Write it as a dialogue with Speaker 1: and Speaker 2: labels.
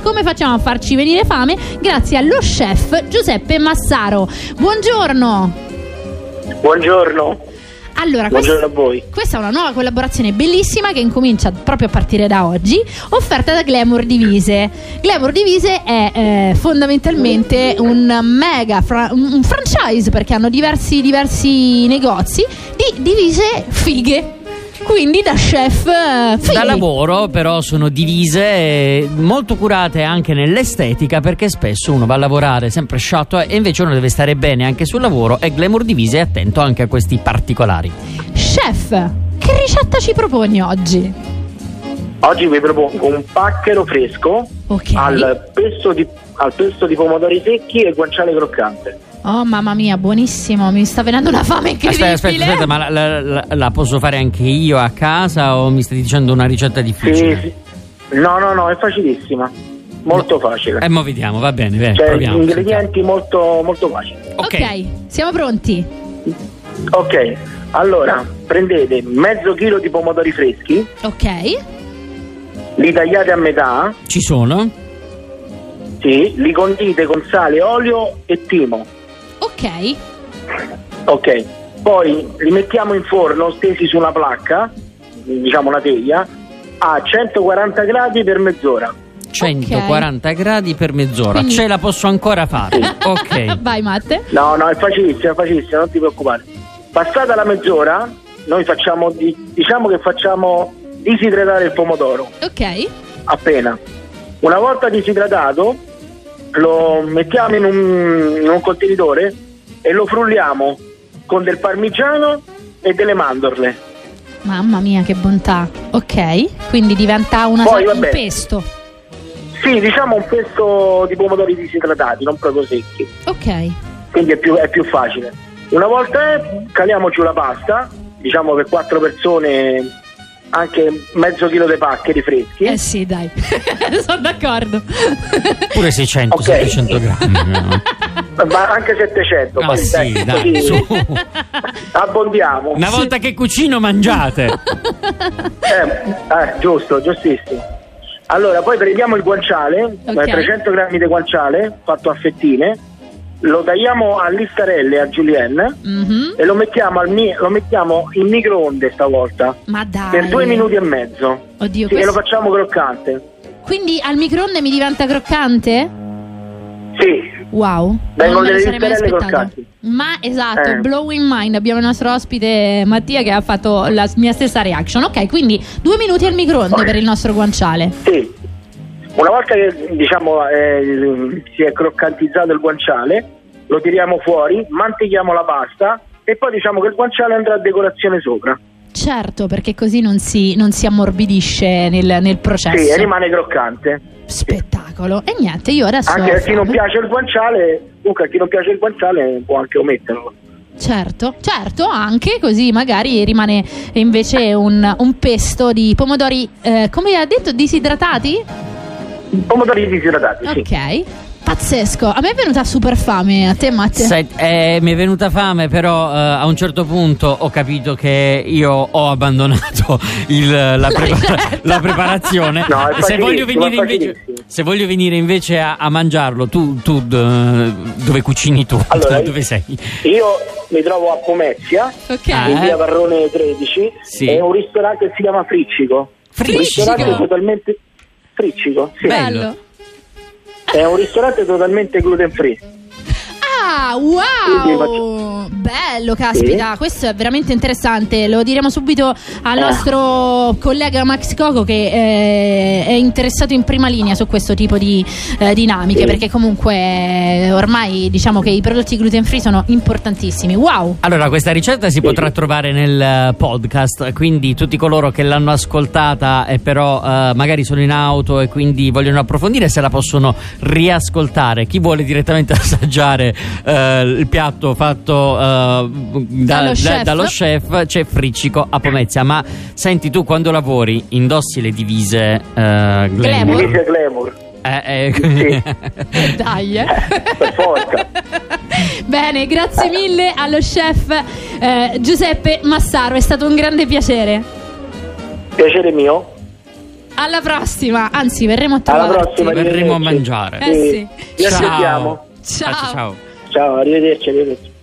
Speaker 1: come facciamo a farci venire fame grazie allo chef Giuseppe Massaro. Buongiorno.
Speaker 2: Buongiorno.
Speaker 1: Allora,
Speaker 2: Buongiorno a voi.
Speaker 1: questa è una nuova collaborazione bellissima che incomincia proprio a partire da oggi, offerta da Glamour Divise. Glamour Divise è eh, fondamentalmente un mega fra- un un franchise perché hanno diversi, diversi negozi di divise fighe. Quindi da chef eh, fighi.
Speaker 3: Da lavoro però sono divise eh, molto curate anche nell'estetica perché spesso uno va a lavorare sempre sciatto e invece uno deve stare bene anche sul lavoro e Glamour Divise è attento anche a questi particolari.
Speaker 1: Chef, che ricetta ci proponi oggi?
Speaker 2: Oggi vi propongo un pacchero fresco
Speaker 1: Ok.
Speaker 2: al, pesto di, al pesto di pomodori secchi e guanciale croccante.
Speaker 1: Oh mamma mia, buonissimo, mi sta venendo una fame incredibile.
Speaker 3: Aspetta, aspetta,
Speaker 1: eh.
Speaker 3: aspetta, ma la, la- la- la posso fare anche io a casa o mi stai dicendo una ricetta
Speaker 2: Sì,
Speaker 3: difficile?
Speaker 2: sì. No, no, no, è facilissima. Molto facile.
Speaker 3: E Eh, mo vediamo, va bene, bene,
Speaker 2: cioè,
Speaker 3: proviamo.
Speaker 2: ingredienti molto, molto facili.
Speaker 3: ok.
Speaker 1: ok, siamo pronti.
Speaker 2: Ok, allora prendete mezzo chilo di pomodori freschi,
Speaker 1: Ok.
Speaker 2: li tagliate a metà,
Speaker 3: Ci sono?
Speaker 2: sì, li condite con sale, olio e timo.
Speaker 1: Ok,
Speaker 2: Ok, poi li mettiamo in forno stesi su una placca, diciamo una teglia, a 140 gradi per mezz'ora.
Speaker 3: 140 gradi per mezz'ora.
Speaker 1: Quindi-
Speaker 3: Ce la posso ancora fare. ok.
Speaker 1: vai Matte.
Speaker 2: No, no, è facilissimo, è facilissimo, non ti preoccupare. Passata la mezz'ora, noi facciamo, di- diciamo che facciamo disidratare il pomodoro,
Speaker 1: Ok,
Speaker 2: appena. Una volta disidratato, lo mettiamo in un, in un contenitore e lo frulliamo con del parmigiano e delle mandorle.
Speaker 1: mamma mia che bontà. Ok, quindi diventa una
Speaker 2: Poi,
Speaker 1: sorta di
Speaker 2: vabbè.
Speaker 1: pesto.
Speaker 2: Sì, diciamo un pesto di pomodori disidratati, non proprio secchi,
Speaker 1: Ok,
Speaker 2: quindi è più, è più facile. Una volta è, caliamoci la pasta, diciamo per quattro persone anche mezzo chilo di paccheri freschi.
Speaker 1: eh sì dai, sono d'accordo.
Speaker 3: Pure 600,
Speaker 2: Ok.
Speaker 3: 700 grammi. no?
Speaker 2: Ma anche 700,
Speaker 3: Ah
Speaker 2: poi
Speaker 3: sì, dai,
Speaker 2: così
Speaker 3: su.
Speaker 2: abbondiamo.
Speaker 3: Una volta che cucino mangiate.
Speaker 2: Eh, eh, giusto, giustissimo. Allora, poi prendiamo il guanciale,
Speaker 1: Ok.
Speaker 2: eh, 300 grammi di guanciale fatto a fettine, lo tagliamo a listarelle, a julienne
Speaker 1: Mhm.
Speaker 2: e lo mettiamo, al mi- lo mettiamo in microonde stavolta
Speaker 1: Ma dai.
Speaker 2: per due minuti e mezzo.
Speaker 1: Ah, Oddio,
Speaker 2: Sì, e
Speaker 1: questo-
Speaker 2: lo facciamo croccante.
Speaker 1: Quindi al microonde mi diventa croccante?
Speaker 2: Sì,
Speaker 1: Wow.
Speaker 2: Vengono
Speaker 1: non me lo
Speaker 2: delle
Speaker 1: sarei mai
Speaker 2: listarelle
Speaker 1: aspettato.
Speaker 2: croccanti.
Speaker 1: Ma esatto,
Speaker 2: Eh.
Speaker 1: blow in mind. Abbiamo il nostro ospite Mattia che ha fatto la mia stessa reaction. Ok, quindi due minuti al microonde
Speaker 2: Ok.
Speaker 1: per il nostro guanciale.
Speaker 2: sì. Una volta che diciamo eh, si è croccantizzato il guanciale, lo tiriamo fuori, mantichiamo la pasta e poi diciamo che il guanciale andrà a decorazione sopra.
Speaker 1: Certo, perché così non si, non si ammorbidisce nel, nel processo.
Speaker 2: Sì, e rimane croccante.
Speaker 1: Spettacolo. E niente, io adesso.
Speaker 2: Anche
Speaker 1: ho
Speaker 2: a chi non
Speaker 1: fame.
Speaker 2: piace il guanciale, comunque a chi non piace il guanciale può anche ometterlo.
Speaker 1: Certo, certo, anche così magari rimane invece un, un pesto di pomodori, eh, come ha detto, disidratati?
Speaker 2: Pomodori disidratati, sì.
Speaker 1: Ok. Pazzesco. A me è venuta super fame, a te Matte.
Speaker 3: Se- eh, mi è venuta fame, però eh, a un certo punto ho capito che io ho abbandonato il- la, prepara-
Speaker 1: ricetta.
Speaker 3: la preparazione.
Speaker 2: Certo. No, è
Speaker 3: se, voglio
Speaker 2: facilissimo,
Speaker 3: venire
Speaker 2: è
Speaker 3: invece,
Speaker 2: facilissimo.
Speaker 3: se voglio venire invece a, a mangiarlo, tu, tu, eh, dove cucini tu?
Speaker 2: Allora,
Speaker 3: dove sei?
Speaker 2: Io mi trovo a Pomezia,
Speaker 1: Ok.
Speaker 3: Ah,
Speaker 2: in
Speaker 3: eh?
Speaker 2: via Varrone 13,
Speaker 3: Sì.
Speaker 2: è un ristorante che si chiama Friccico. Un
Speaker 1: Friccico?
Speaker 2: ristorante totalmente Friccico, sì.
Speaker 3: eh, bello.
Speaker 2: È un ristorante totalmente gluten free.
Speaker 3: Eh,
Speaker 1: Ah,
Speaker 2: Quindi
Speaker 1: wow!
Speaker 2: faccio-
Speaker 1: Bello, caspita, questo è veramente interessante. Lo diremo subito al
Speaker 2: Eh.
Speaker 1: nostro collega Max Coco che eh, è interessato in prima linea su questo tipo di eh, dinamiche,
Speaker 2: Sì.
Speaker 1: perché comunque eh, ormai diciamo che i prodotti gluten free sono importantissimi. Wow!
Speaker 3: Allora, questa ricetta si potrà trovare nel eh, podcast, quindi tutti coloro che l'hanno ascoltata e però eh, magari sono in auto e quindi vogliono approfondire se la possono riascoltare. Chi vuole direttamente assaggiare eh, il piatto fatto eh, da-
Speaker 1: Dallo
Speaker 3: da-
Speaker 1: chef.
Speaker 3: dallo chef c'è Friccico a Pomezia. Ma senti tu quando lavori indossi le divise eh, glamour?
Speaker 1: Glamour?
Speaker 2: Divise glamour.
Speaker 3: Eh, eh,
Speaker 1: Eh, Dai, eh.
Speaker 2: per forza.
Speaker 1: Bene, grazie mille allo chef eh, Giuseppe Massaro, è stato un grande piacere.
Speaker 2: Piacere mio.
Speaker 1: Alla prossima, anzi, verremo a
Speaker 2: Alla
Speaker 1: trovarti.
Speaker 2: prossima,
Speaker 3: Verremo a
Speaker 2: arrivederci.
Speaker 3: mangiare.
Speaker 1: Eh sì.
Speaker 2: Vi
Speaker 3: Ciao.
Speaker 2: aspettiamo.
Speaker 1: Ciao.
Speaker 3: ciao.
Speaker 2: Ciao, arrivederci, arrivederci.